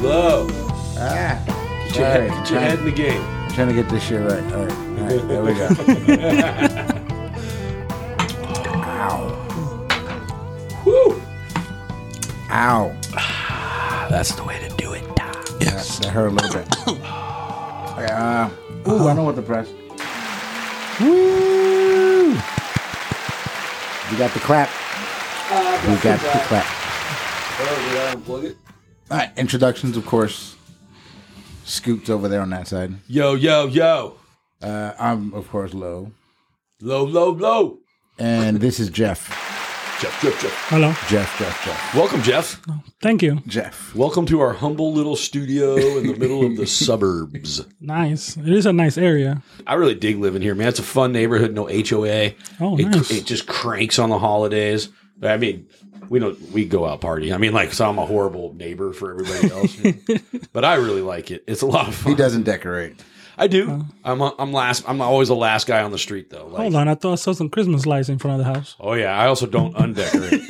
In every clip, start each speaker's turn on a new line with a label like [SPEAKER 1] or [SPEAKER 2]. [SPEAKER 1] Low.
[SPEAKER 2] Ah,
[SPEAKER 1] Get your,
[SPEAKER 2] sorry.
[SPEAKER 1] head, get your head in the game.
[SPEAKER 2] I'm trying to get this shit right. All right, all right there we go. Ow.
[SPEAKER 1] Woo!
[SPEAKER 2] Ow.
[SPEAKER 1] Ah, That's the way to do it.
[SPEAKER 2] That hurt a little bit. Okay, uh, ooh, I know what to press. Woo! You got the clap. You got the clap.
[SPEAKER 1] Oh, did I unplug it?
[SPEAKER 2] All right, introductions, of course. Scooped over there on that side.
[SPEAKER 1] Yo, yo, yo.
[SPEAKER 2] Uh, I'm, of course, Low.
[SPEAKER 1] Low, low, low.
[SPEAKER 2] And this is Jeff.
[SPEAKER 1] Jeff, Jeff, Jeff.
[SPEAKER 3] Hello.
[SPEAKER 2] Jeff, Jeff, Jeff.
[SPEAKER 1] Welcome, Jeff.
[SPEAKER 3] Thank you.
[SPEAKER 2] Jeff.
[SPEAKER 1] Welcome to our humble little studio in the middle of the suburbs.
[SPEAKER 3] Nice. It is a nice area.
[SPEAKER 1] I really dig living here, man. It's a fun neighborhood, no HOA.
[SPEAKER 3] Oh,
[SPEAKER 1] it,
[SPEAKER 3] nice.
[SPEAKER 1] it just cranks on the holidays. I mean, we don't we go out party. I mean, like, so I'm a horrible neighbor for everybody else, but I really like it. It's a lot of
[SPEAKER 2] He
[SPEAKER 1] fun.
[SPEAKER 2] doesn't decorate.
[SPEAKER 1] I do. I'm a, I'm last. I'm always the last guy on the street though. Like,
[SPEAKER 3] Hold on, I thought I saw some Christmas lights in front of the house.
[SPEAKER 1] oh yeah, I also don't undecorate.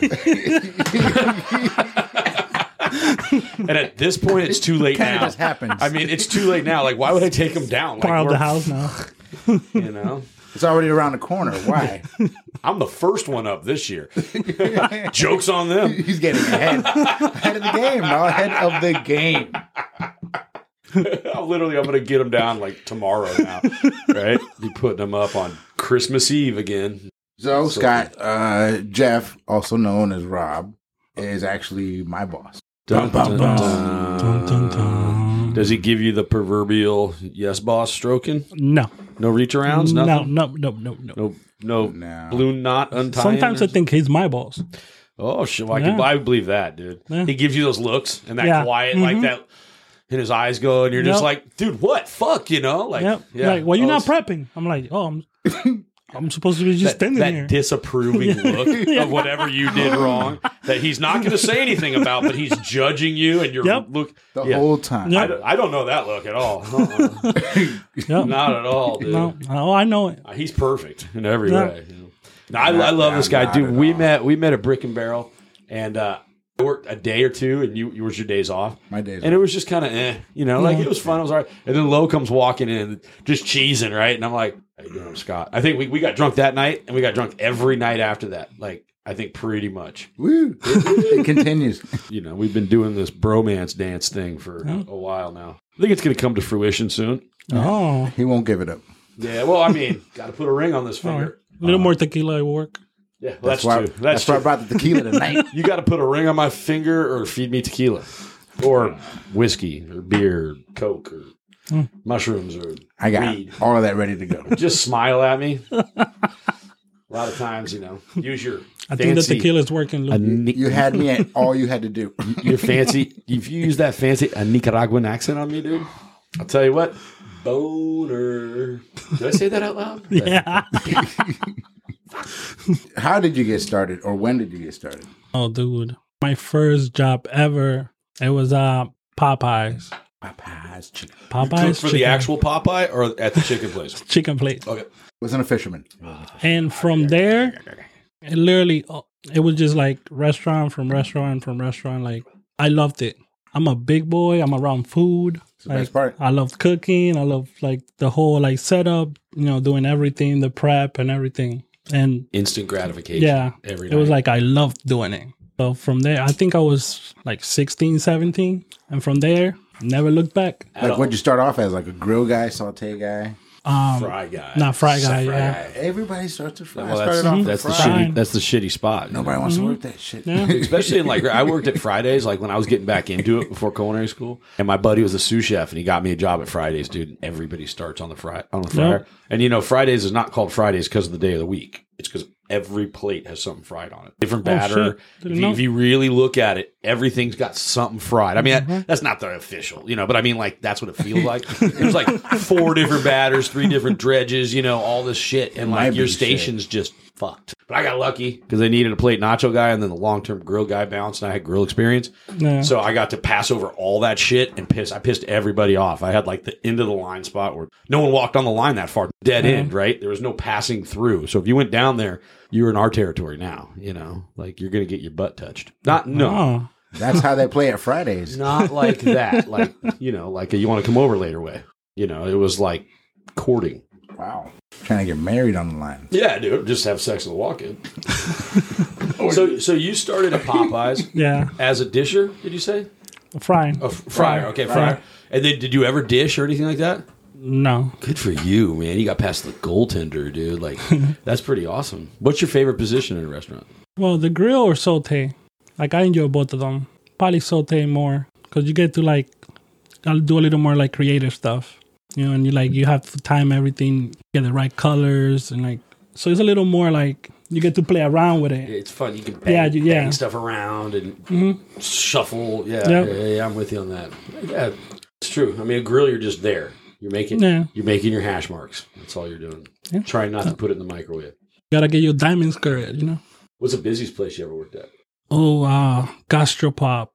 [SPEAKER 1] and at this point, it's too late
[SPEAKER 2] Kind of
[SPEAKER 1] now.
[SPEAKER 2] just happens.
[SPEAKER 1] I mean, it's too late now. Like, why would I take them down? Like,
[SPEAKER 3] Piled
[SPEAKER 1] we're-
[SPEAKER 3] the house now.
[SPEAKER 1] You know,
[SPEAKER 2] it's already around the corner. Why?
[SPEAKER 1] I'm the first one up this year. Jokes on them.
[SPEAKER 2] He's getting ahead. ahead of the game. Now ahead of the game.
[SPEAKER 1] I'm literally, I'm gonna get them down like tomorrow now. Right? Be putting them up on Christmas Eve again.
[SPEAKER 2] So, Scott, uh, Jeff, also known as Rob, is actually my boss. Dun, dun, dun.
[SPEAKER 3] Dun, dun, dun.
[SPEAKER 1] Does he give you the proverbial yes boss stroking?
[SPEAKER 3] No.
[SPEAKER 1] No reach arounds?
[SPEAKER 3] no,
[SPEAKER 1] Nothing?
[SPEAKER 3] no, no, no, no,
[SPEAKER 1] No, no,
[SPEAKER 2] No.
[SPEAKER 1] blue knot untying.
[SPEAKER 3] Sometimes
[SPEAKER 1] or-
[SPEAKER 3] I think he's my boss.
[SPEAKER 1] oh shit, well, I, can,
[SPEAKER 3] Yeah.
[SPEAKER 1] I believe that, dude.
[SPEAKER 3] Yeah.
[SPEAKER 1] He gives you those looks and that
[SPEAKER 3] Yeah. Mm-hmm.
[SPEAKER 1] quiet, like that, and his eyes go, and you're just
[SPEAKER 3] Yep.
[SPEAKER 1] like, dude, what? Fuck, you know, like,
[SPEAKER 3] Yep.
[SPEAKER 1] yeah.
[SPEAKER 3] Like, well, you're
[SPEAKER 1] Oh,
[SPEAKER 3] not
[SPEAKER 1] it's-
[SPEAKER 3] prepping. I'm like, oh, I'm, I'm supposed to be just
[SPEAKER 1] That,
[SPEAKER 3] standing
[SPEAKER 1] that
[SPEAKER 3] here.
[SPEAKER 1] disapproving look of whatever you did wrong that he's not going to say anything about, but he's judging you and you're
[SPEAKER 3] Yep.
[SPEAKER 1] look.
[SPEAKER 2] The
[SPEAKER 1] yeah.
[SPEAKER 2] whole time.
[SPEAKER 1] I
[SPEAKER 3] Yep.
[SPEAKER 1] don't, I don't know that look at all. Uh-uh.
[SPEAKER 3] Yep.
[SPEAKER 1] not at all, dude.
[SPEAKER 3] No. Oh, I know it.
[SPEAKER 1] Uh, He's perfect in every
[SPEAKER 3] Yeah.
[SPEAKER 1] way. you know. No, I, I love
[SPEAKER 2] no,
[SPEAKER 1] this guy,
[SPEAKER 2] not
[SPEAKER 1] dude.
[SPEAKER 2] at
[SPEAKER 1] We
[SPEAKER 2] all.
[SPEAKER 1] met we met at Brick and Barrel, and uh, I worked a day or two, and you yours your days off.
[SPEAKER 2] My days
[SPEAKER 1] and it was just kind of eh, you know, like it was fun. It was all right. And then Lowe comes walking in, just cheesing, right? And I'm like, "How you doing, Scott?" I think we we got drunk that night, and we got drunk every night after that. Like I think pretty much.
[SPEAKER 2] Woo. It continues.
[SPEAKER 1] You know, we've been doing this bromance dance thing for a while now. I think it's going to come to fruition soon.
[SPEAKER 3] Oh,
[SPEAKER 2] He won't give it up.
[SPEAKER 1] Yeah. Well, I mean, got to put a ring on this
[SPEAKER 3] all right.
[SPEAKER 1] finger.
[SPEAKER 3] A little more tequila at work.
[SPEAKER 1] Yeah. Well, that's,
[SPEAKER 2] why,
[SPEAKER 1] true. That's,
[SPEAKER 2] that's
[SPEAKER 1] true.
[SPEAKER 2] why I brought the tequila tonight.
[SPEAKER 1] you got to put a ring on my finger or feed me tequila or whiskey or beer or coke or
[SPEAKER 3] Hmm.
[SPEAKER 1] mushrooms or
[SPEAKER 2] I got
[SPEAKER 1] weed.
[SPEAKER 2] all of that ready to go.
[SPEAKER 1] Just smile at me. a lot of times, you know, use your
[SPEAKER 3] I think the
[SPEAKER 1] fancy.
[SPEAKER 3] tequila is working. Look,
[SPEAKER 2] You had me at all you had to do.
[SPEAKER 1] your fancy. If you use that fancy a Nicaraguan accent on me, dude, I'll tell you what. Boner. Did I say that out loud?
[SPEAKER 3] yeah.
[SPEAKER 2] How did you get started, or when did you get started?
[SPEAKER 3] Oh, dude. My first job ever, it was uh, Popeyes.
[SPEAKER 2] Popeye's chicken.
[SPEAKER 1] Cook
[SPEAKER 3] Popeyes
[SPEAKER 1] for
[SPEAKER 3] chicken,
[SPEAKER 1] the actual Popeye or at the chicken place?
[SPEAKER 3] chicken plate.
[SPEAKER 1] Okay.
[SPEAKER 2] Wasn't a fisherman.
[SPEAKER 3] And from there, it literally, uh, it was just like restaurant from restaurant from restaurant. Like, I loved it. I'm a big boy. I'm around food.
[SPEAKER 2] It's the
[SPEAKER 3] Like,
[SPEAKER 2] best part.
[SPEAKER 3] I love cooking. I love like the whole like setup, you know, doing everything, the prep and everything. And
[SPEAKER 1] Instant gratification.
[SPEAKER 3] yeah,
[SPEAKER 1] Every
[SPEAKER 3] it was
[SPEAKER 1] night.
[SPEAKER 3] like I loved doing it. So from there, I think I was like 16, 17. And from there, never looked back.
[SPEAKER 2] Like, what'd you start off as? Like a grill guy, saute guy?
[SPEAKER 3] Um,
[SPEAKER 1] fry guy.
[SPEAKER 3] Not fry guy,
[SPEAKER 1] Fry
[SPEAKER 3] yeah.
[SPEAKER 1] guy.
[SPEAKER 2] Everybody starts to fry.
[SPEAKER 1] Well,
[SPEAKER 2] I
[SPEAKER 1] that's,
[SPEAKER 2] started off
[SPEAKER 1] that's the
[SPEAKER 2] with fry.
[SPEAKER 1] shitty. Mm-hmm.
[SPEAKER 3] Fine.
[SPEAKER 1] That's the shitty spot.
[SPEAKER 2] Nobody wants to work that shit.
[SPEAKER 3] Yeah.
[SPEAKER 1] Especially in like I worked at Fridays, like when I was getting back into it before culinary school, and my buddy was a sous chef, and he got me a job at Fridays, dude. And everybody starts on the fry on the fryer, and you know Fridays is not called Fridays because of the day of the week. It's because every plate has something fried on it, different
[SPEAKER 3] Oh,
[SPEAKER 1] batter.
[SPEAKER 3] shit.
[SPEAKER 1] If,
[SPEAKER 3] Didn't
[SPEAKER 1] you,
[SPEAKER 3] know.
[SPEAKER 1] if you really look at it, everything's got something fried. I mean,
[SPEAKER 3] Mm-hmm.
[SPEAKER 1] that, that's not the official, you know, but I mean, like that's what it feels like. There's like four different batters, three different dredges, you know, all this shit, and
[SPEAKER 2] might
[SPEAKER 1] like
[SPEAKER 2] be
[SPEAKER 1] your
[SPEAKER 2] shit.
[SPEAKER 1] station's just fucked. But I got lucky because they needed a plate nacho guy and then the long term grill guy bounced, and I had grill experience.
[SPEAKER 3] Yeah.
[SPEAKER 1] So I got to pass over all that shit and piss. I pissed everybody off. I had like the end of the line spot where no one walked on the line that far, dead end, right? There was no passing through. So if you went down there, you were in our territory now. You know, like you're gonna get your butt touched. Not no,
[SPEAKER 3] Oh,
[SPEAKER 2] That's how they play at Fridays.
[SPEAKER 1] not like that. Like you know, like a, you want to come over later way. You know, it was like courting.
[SPEAKER 2] Wow. Trying to get married on the line.
[SPEAKER 1] Yeah, dude, just have sex in the walk-in. so, so you started at Popeyes
[SPEAKER 3] yeah.
[SPEAKER 1] as a disher? Did you say
[SPEAKER 3] Frying.
[SPEAKER 1] a f- Oh, fryer? Okay, fryer. And then, did you ever dish or anything like that?
[SPEAKER 3] No.
[SPEAKER 1] Good for you, man. You got past the goaltender, dude. Like, that's pretty awesome. What's your favorite position in a restaurant?
[SPEAKER 3] Well, the grill or saute. Like I enjoy both of them. Probably saute more because you get to like I'll do a little more like creative stuff, you know, and you like you have to time everything, get the right colors, and like so it's a little more like you get to play around with it. Mm-hmm.
[SPEAKER 1] It's fun. You can bang,
[SPEAKER 3] Yeah, you- yeah.
[SPEAKER 1] bang stuff around and shuffle. Yeah,
[SPEAKER 3] Yep.
[SPEAKER 1] yeah, yeah, yeah, I'm with you on that. Yeah, it's true. I mean, a grill, you're just there. You're making
[SPEAKER 3] Yeah.
[SPEAKER 1] you're making your hash marks. That's all you're doing.
[SPEAKER 3] Yeah.
[SPEAKER 1] Try not to put it in the microwave.
[SPEAKER 3] gotta get your diamonds correct, you know.
[SPEAKER 1] What's the busiest place you ever worked at?
[SPEAKER 3] Oh, uh, gastropop,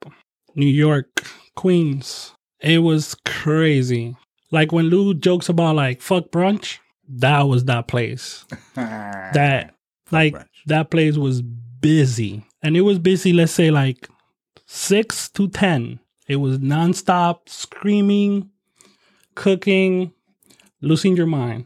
[SPEAKER 3] New York, Queens. It was crazy. Like when Lou jokes about like fuck brunch, that was that place. that like
[SPEAKER 2] brunch.
[SPEAKER 3] that place was busy and it was busy let's say like 6 to 10 it was nonstop screaming cooking losing your mind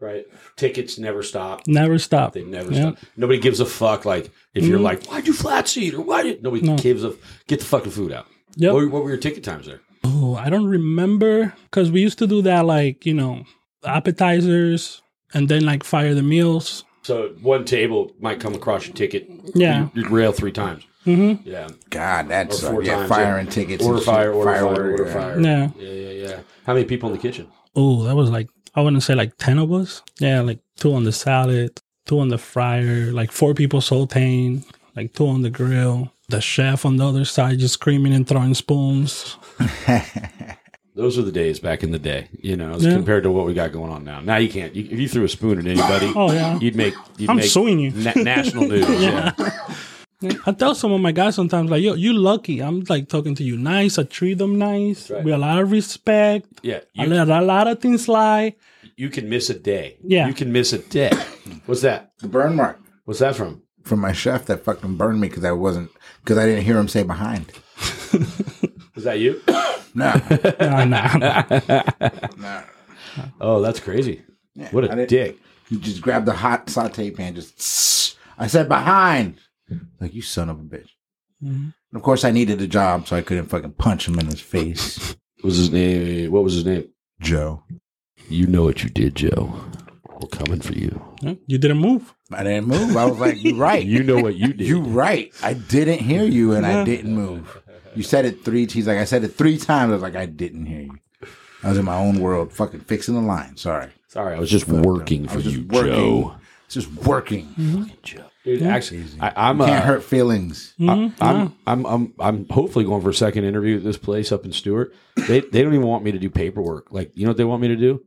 [SPEAKER 1] Right, tickets never stop.
[SPEAKER 3] never stop
[SPEAKER 1] They never
[SPEAKER 3] Yeah.
[SPEAKER 1] stop. Nobody gives a fuck. Like if you're
[SPEAKER 3] Mhm.
[SPEAKER 1] like, why'd you flat seat or why did nobody
[SPEAKER 3] No.
[SPEAKER 1] gives a get the fucking food out.
[SPEAKER 3] Yep.
[SPEAKER 1] What, were- what were your ticket times there?
[SPEAKER 3] oh i don't remember because we used to do that like you know appetizers and then like fire the meals
[SPEAKER 1] So one table might come across your ticket.
[SPEAKER 3] Yeah.
[SPEAKER 1] you rail three times.
[SPEAKER 3] hmm
[SPEAKER 1] Yeah,
[SPEAKER 2] God, that's
[SPEAKER 1] Or four
[SPEAKER 2] yeah,
[SPEAKER 1] times,
[SPEAKER 2] firing tickets. and
[SPEAKER 1] order
[SPEAKER 2] shit.
[SPEAKER 1] fire, order fire, order
[SPEAKER 2] yeah.
[SPEAKER 1] fire.
[SPEAKER 3] Yeah.
[SPEAKER 1] yeah, yeah, yeah. How many people in the kitchen?
[SPEAKER 3] oh that was like i wouldn't say like 10 of us yeah like two on the salad two on the fryer like four people sauteing like two on the grill the chef on the other side just screaming and throwing spoons
[SPEAKER 1] Those were the days back in the day, you know, as
[SPEAKER 3] Yeah.
[SPEAKER 1] compared to what we got going on now. Now you can't. You, if you threw a spoon at anybody,
[SPEAKER 3] oh yeah
[SPEAKER 1] you'd make. You'd
[SPEAKER 3] i'm
[SPEAKER 1] make
[SPEAKER 3] suing you
[SPEAKER 1] na- national news. yeah.
[SPEAKER 3] i tell some of my guys sometimes like yo you lucky i'm like talking to you nice i treat them nice
[SPEAKER 1] Right.
[SPEAKER 3] with a lot of respect
[SPEAKER 1] yeah,
[SPEAKER 3] i
[SPEAKER 1] You,
[SPEAKER 3] let a lot of things slide
[SPEAKER 1] you can miss a day.
[SPEAKER 3] Yeah.
[SPEAKER 1] you can miss a day. What's that?
[SPEAKER 2] The burn mark
[SPEAKER 1] What's that from?
[SPEAKER 2] from my chef that fucking burned me because I wasn't because I didn't hear him say behind.
[SPEAKER 1] Is that you?
[SPEAKER 2] No,
[SPEAKER 3] nah, nah, nah.
[SPEAKER 2] no.
[SPEAKER 1] Oh, that's crazy. What
[SPEAKER 2] I
[SPEAKER 1] a
[SPEAKER 2] didn't-
[SPEAKER 1] dick.
[SPEAKER 2] You just grabbed the hot saute pan. Just I said behind. Like you son of a bitch.
[SPEAKER 3] Mhm.
[SPEAKER 2] And of course, I needed a job, so I couldn't fucking punch him in his face.
[SPEAKER 1] was his name? What was his name?
[SPEAKER 2] Joe,
[SPEAKER 1] You know what you did, Joe. We're coming for you.
[SPEAKER 3] Yeah, you didn't move
[SPEAKER 2] I didn't move. I was like, "You right, you,
[SPEAKER 1] You know what you did.
[SPEAKER 2] right." I didn't hear you, and
[SPEAKER 3] Yeah.
[SPEAKER 2] I didn't move. You said it three. He's like, I said it three times. I was like, I didn't hear you. I was in my own world, fucking fixing the line. Sorry,
[SPEAKER 1] Sorry, I was just working
[SPEAKER 2] I
[SPEAKER 1] for
[SPEAKER 2] was just
[SPEAKER 1] you,
[SPEAKER 2] working.
[SPEAKER 1] Joe.
[SPEAKER 2] Just working.
[SPEAKER 1] Dude, actually, I, I'm
[SPEAKER 2] Can't
[SPEAKER 1] uh,
[SPEAKER 2] hurt feelings.
[SPEAKER 1] I,
[SPEAKER 3] Mm-hmm.
[SPEAKER 1] I'm, I'm I'm I'm hopefully going for a second interview at this place up in Stewart. They they don't even want me to do paperwork. Like you know what they want me to do?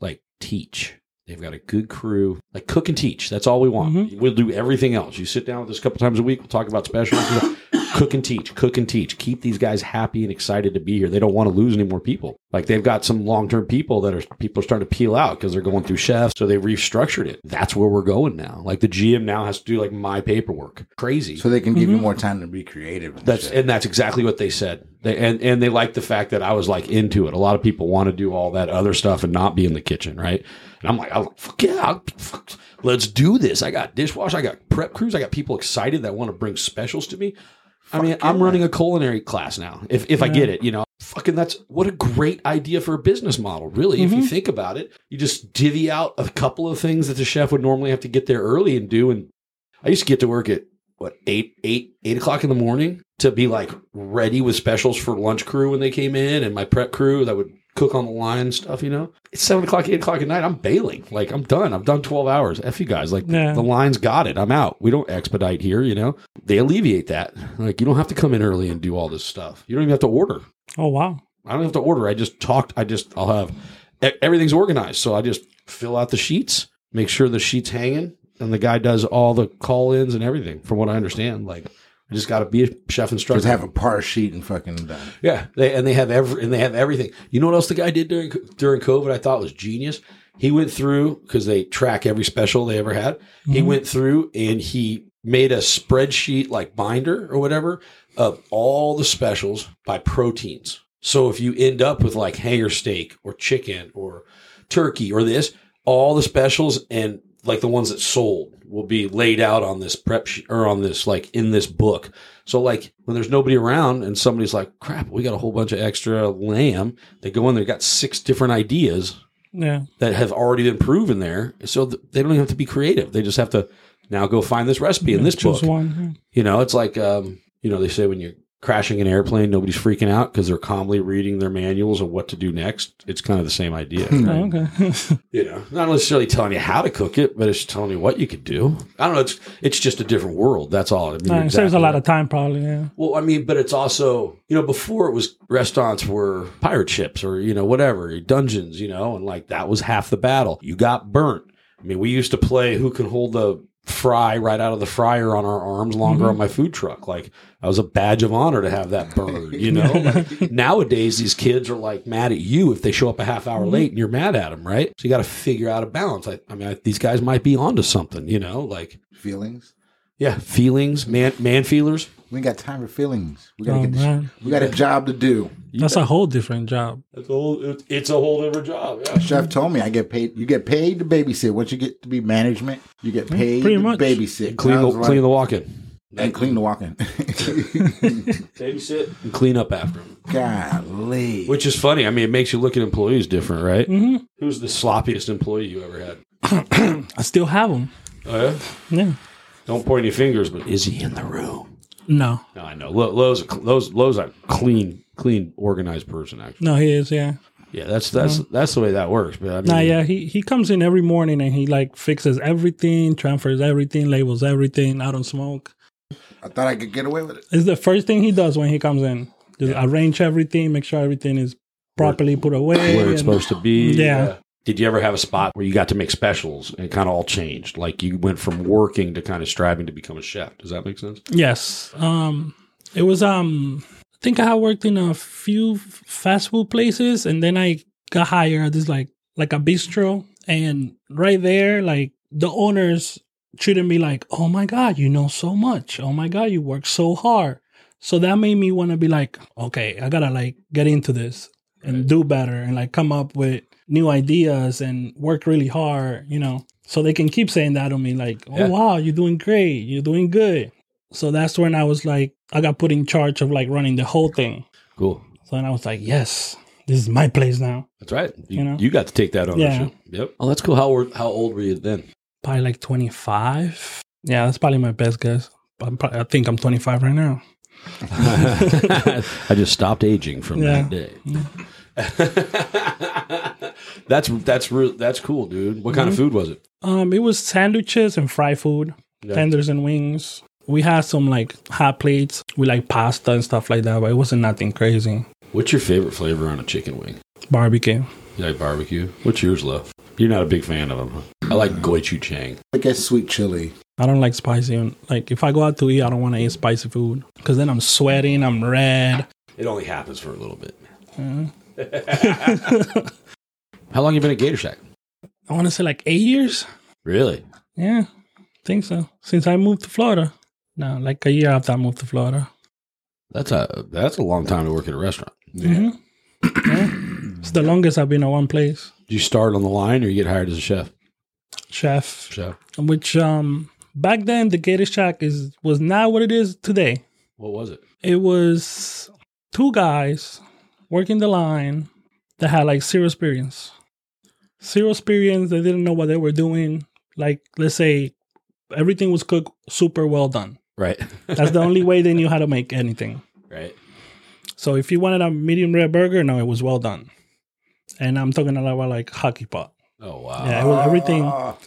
[SPEAKER 1] Like teach. They've got a good crew. Like cook and teach. That's all we want. We'll do everything else. You sit down with us a couple times a week. We'll talk about specials. cook and teach. Cook and teach. Keep these guys happy and excited to be here. They don't want to lose any more people. Like they've got some long term people that are people are starting to peel out because they're going through chefs. So they restructured it. That's where we're going now. Like the GM now has to do like my paperwork. Crazy.
[SPEAKER 2] So they can give you more time to be creative. And
[SPEAKER 1] That's
[SPEAKER 2] shit.
[SPEAKER 1] and that's exactly what they said. They, and and they liked the fact that I was like into it. A lot of people want to do all that other stuff and not be in the kitchen, right? And I'm like, oh, fuck yeah, I'll- fuck, let's do this. I got dishwash, I got prep crews, I got people excited that want to bring specials to me. I mean, I'm running a culinary class now. If if I get it, you know, fucking that's what a great idea for a business model, really. If you think about it, you just divvy out a couple of things that the chef would normally have to get there early and do, and I used to get to work at what eight eight eight o'clock in the morning to be like ready with specials for lunch crew when they came in and my prep crew that would cook on the line and stuff. You know, it's seven o'clock, eight o'clock at night. I'm bailing. Like I'm done. I've done twelve hours. F you guys. Like
[SPEAKER 3] Yeah.
[SPEAKER 1] the line's got it. I'm out. We don't expedite here. You know, they alleviate that. Like you don't have to come in early and do all this stuff. You don't even have to order.
[SPEAKER 3] oh wow
[SPEAKER 1] I don't have to order. I just talked. I just I'll have e- everything's organized. So I just fill out the sheets, make sure the sheets hanging, and the guy does all the call ins and everything, from what I understand. Like, I just got to be a chef instructor.
[SPEAKER 2] Just have a par sheet and fucking uh, done.
[SPEAKER 1] Yeah, they, and they have every and they have everything. You know what else the guy did during during COVID? I thought was genius. He went through because they track every special they ever had. He went through and he made a spreadsheet like binder or whatever of all the specials by proteins. So if you end up with like hanger steak or chicken or turkey or this, all the specials and like the ones that sold will be laid out on this prep sheet or on this like in this book. So like when there's nobody around and somebody's like, crap, we got a whole bunch of extra lamb, they go in there, got six different ideas
[SPEAKER 3] Yeah.
[SPEAKER 1] that have already been proven there. So th- they don't even have to be creative. They just have to now go find this recipe in this
[SPEAKER 3] Choose
[SPEAKER 1] book.
[SPEAKER 3] one.
[SPEAKER 1] You know, it's like, um, you know, they say when you're crashing an airplane, nobody's freaking out because they're calmly reading their manuals of what to do next. It's kind of the same idea.
[SPEAKER 3] Yeah. Oh, okay.
[SPEAKER 1] you know, not necessarily telling you how to cook it, but it's telling you what you could do. I don't know. It's it's just a different world. That's all. I mean,
[SPEAKER 3] Nice. There's a
[SPEAKER 1] exactly
[SPEAKER 3] lot of time, probably. Yeah.
[SPEAKER 1] well, I mean, but it's also, you know, before it was restaurants were pirate ships or, you know, whatever, dungeons, you know, and like that was half the battle. You got burnt. I mean, we used to play who can hold the fry right out of the fryer on our arms longer on my food truck. Like that was a badge of honor to have that bird, you know? Like, nowadays, these kids are like mad at you if they show up a half hour late and you're mad at them, right? So you got to figure out a balance. I, I mean, I, these guys might be onto something, you know? Like,
[SPEAKER 2] Feelings.
[SPEAKER 1] yeah, feelings, man, man feelers.
[SPEAKER 2] We ain't got time for feelings. We gotta
[SPEAKER 3] Oh,
[SPEAKER 2] get. This,
[SPEAKER 3] man.
[SPEAKER 2] we got a job to do.
[SPEAKER 3] That's a whole different job.
[SPEAKER 1] It's a whole, it's- it's a whole different job. Yeah.
[SPEAKER 2] Chef told me I get paid. You get paid to babysit. Once you get to be management, you get paid
[SPEAKER 3] pretty
[SPEAKER 2] to
[SPEAKER 3] much.
[SPEAKER 2] babysit.
[SPEAKER 1] Clean
[SPEAKER 2] I
[SPEAKER 1] the
[SPEAKER 2] was like-
[SPEAKER 1] clean the walk-in.
[SPEAKER 2] and clean the walk-in.
[SPEAKER 1] Babysit and clean up after him.
[SPEAKER 2] Golly,
[SPEAKER 1] Which is funny. I mean, it makes you look at employees different, right?
[SPEAKER 3] hmm
[SPEAKER 1] Who's the sloppiest employee you ever had?
[SPEAKER 3] I still have them.
[SPEAKER 1] Oh, yeah?
[SPEAKER 3] Yeah.
[SPEAKER 1] Don't point your fingers, but is he in the room?
[SPEAKER 3] No.
[SPEAKER 1] No, I know. Lo- Lowe's, Lowe's, Lowe's a clean, clean, organized person. Actually,
[SPEAKER 3] No, he is. Yeah.
[SPEAKER 1] yeah, that's that's that's the way that works. But I mean,
[SPEAKER 3] Mm-hmm. Nah, yeah. He he comes in every morning and he like fixes everything, transfers everything, labels everything. I don't smoke.
[SPEAKER 2] I thought I could get away with it.
[SPEAKER 3] It's the first thing he does when he comes in. Just arrange everything, make sure everything is properly put away.
[SPEAKER 1] where it's
[SPEAKER 3] and-
[SPEAKER 1] supposed to be.
[SPEAKER 3] Yeah.
[SPEAKER 1] Did you ever have a spot where you got to make specials and it kind of all changed? Like you went from working to kind of striving to become a chef. Does that make sense?
[SPEAKER 3] Yes. Um it was um I think I had worked in a few f- fast food places and then I got hired at this like like a bistro and right there like the owners treated me like, "Oh my god, you know so much. Oh my god, you work so hard." So that made me want to be like, "Okay, I got to like get into this and do better and like come up with new ideas and work really hard, you know." So they can keep saying that on me like, "Oh
[SPEAKER 1] Yeah.
[SPEAKER 3] wow, you're doing great. You're doing good." So that's when I was like, I got put in charge of like running the whole thing.
[SPEAKER 1] Cool.
[SPEAKER 3] So then I was like, yes, this is my place now.
[SPEAKER 1] That's right. You,
[SPEAKER 3] You know?
[SPEAKER 1] you got to take that
[SPEAKER 3] Yeah.
[SPEAKER 1] ownership. Yep. Oh, that's cool. How old, how old were you then?
[SPEAKER 3] Probably like 25. Yeah, that's probably my best guess. I'm probably, I think I'm 25 right now.
[SPEAKER 1] I just stopped aging from
[SPEAKER 3] Yeah.
[SPEAKER 1] that day. that's that's real. That's cool, dude. What kind of food was it?
[SPEAKER 3] Um, it was sandwiches and fried food,
[SPEAKER 1] Yeah.
[SPEAKER 3] tenders and wings. We had some like hot plates with like pasta and stuff like that, but it wasn't nothing crazy.
[SPEAKER 1] What's your favorite flavor on a chicken wing?
[SPEAKER 3] Barbecue.
[SPEAKER 1] You like barbecue? What's yours, love? You're not a big fan of them. Huh? I like gochujang.
[SPEAKER 2] I guess sweet chili.
[SPEAKER 3] I don't like spicy. and Like if I go out to eat, I don't want to eat spicy food because then I'm sweating, I'm red.
[SPEAKER 1] It only happens for a little bit.
[SPEAKER 3] Uh,
[SPEAKER 1] How long you been at Gator Shack?
[SPEAKER 3] I want to say like eight years.
[SPEAKER 1] Really?
[SPEAKER 3] Yeah, think so. Since I moved to Florida. No, like a year after I moved to Florida.
[SPEAKER 1] That's a that's a long time to work at a restaurant.
[SPEAKER 3] Mhm. Yeah. It's the longest I've been at one place,
[SPEAKER 1] Do you start on the line or you get hired as a chef?
[SPEAKER 3] chef.
[SPEAKER 1] Chef.
[SPEAKER 3] Which um back then the Gator Shack is was not what it is today.
[SPEAKER 1] What was it?
[SPEAKER 3] It was two guys working the line that had like zero experience. Zero experience, they didn't know what they were doing. Like let's say everything was cooked super well done.
[SPEAKER 1] Right.
[SPEAKER 3] That's the only way they knew how to make anything.
[SPEAKER 1] right.
[SPEAKER 3] So if you wanted a medium rare burger, no, it was well done. And I'm talking about like hockey pot.
[SPEAKER 1] Oh wow.
[SPEAKER 3] Yeah, it was everything.
[SPEAKER 2] Ah,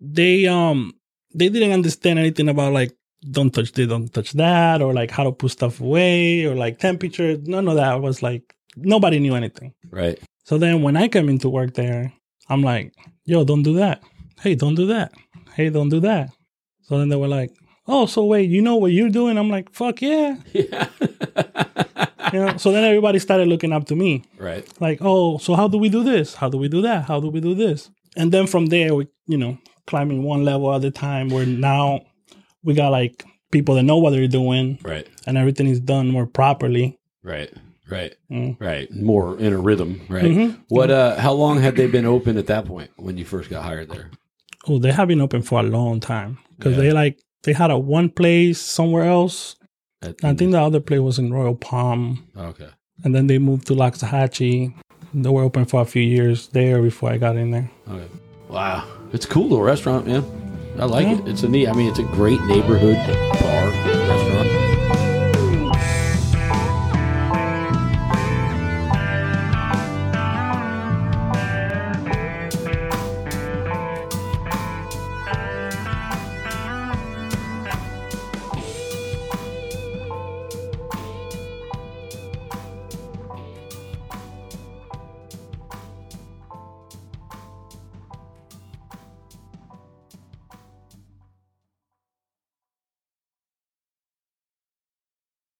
[SPEAKER 3] They um they didn't understand anything about like don't touch this, don't touch that, or like how to put stuff away, or like temperature. None of that was like nobody knew anything.
[SPEAKER 1] Right.
[SPEAKER 3] So then when I came into work there, I'm like, yo, don't do that. hey, don't do that. Hey, don't do that. So then they were like, oh, so wait, you know what you're doing? I'm like, fuck yeah.
[SPEAKER 4] Yeah.
[SPEAKER 3] You know? so then everybody started looking up to me.
[SPEAKER 4] right.
[SPEAKER 3] Like, oh, so how do we do this? How do we do that? How do we do this? And then from there, we, you know, climbing one level at a time where now we got like people that know what they're doing
[SPEAKER 4] Right.
[SPEAKER 3] and everything is done more properly.
[SPEAKER 4] Right. Right.
[SPEAKER 3] Mm. Mm-hmm.
[SPEAKER 4] Right. More in a rhythm. Right.
[SPEAKER 1] Mm-hmm.
[SPEAKER 4] What? Uh. How long had they been open at that point when you first got hired there?
[SPEAKER 3] Oh, they have been open for a long time because
[SPEAKER 4] Yeah.
[SPEAKER 3] they like, they had a one place somewhere else.
[SPEAKER 4] At- Oh,
[SPEAKER 3] I think the other place was in Royal Palm.
[SPEAKER 4] Okay.
[SPEAKER 3] and then they moved to Loxahatchee. They were open for a few years there before I got in there.
[SPEAKER 4] Okay. Wow. It's a cool little restaurant, man. I like it. It's a neat. I mean, it's a great neighborhood bar.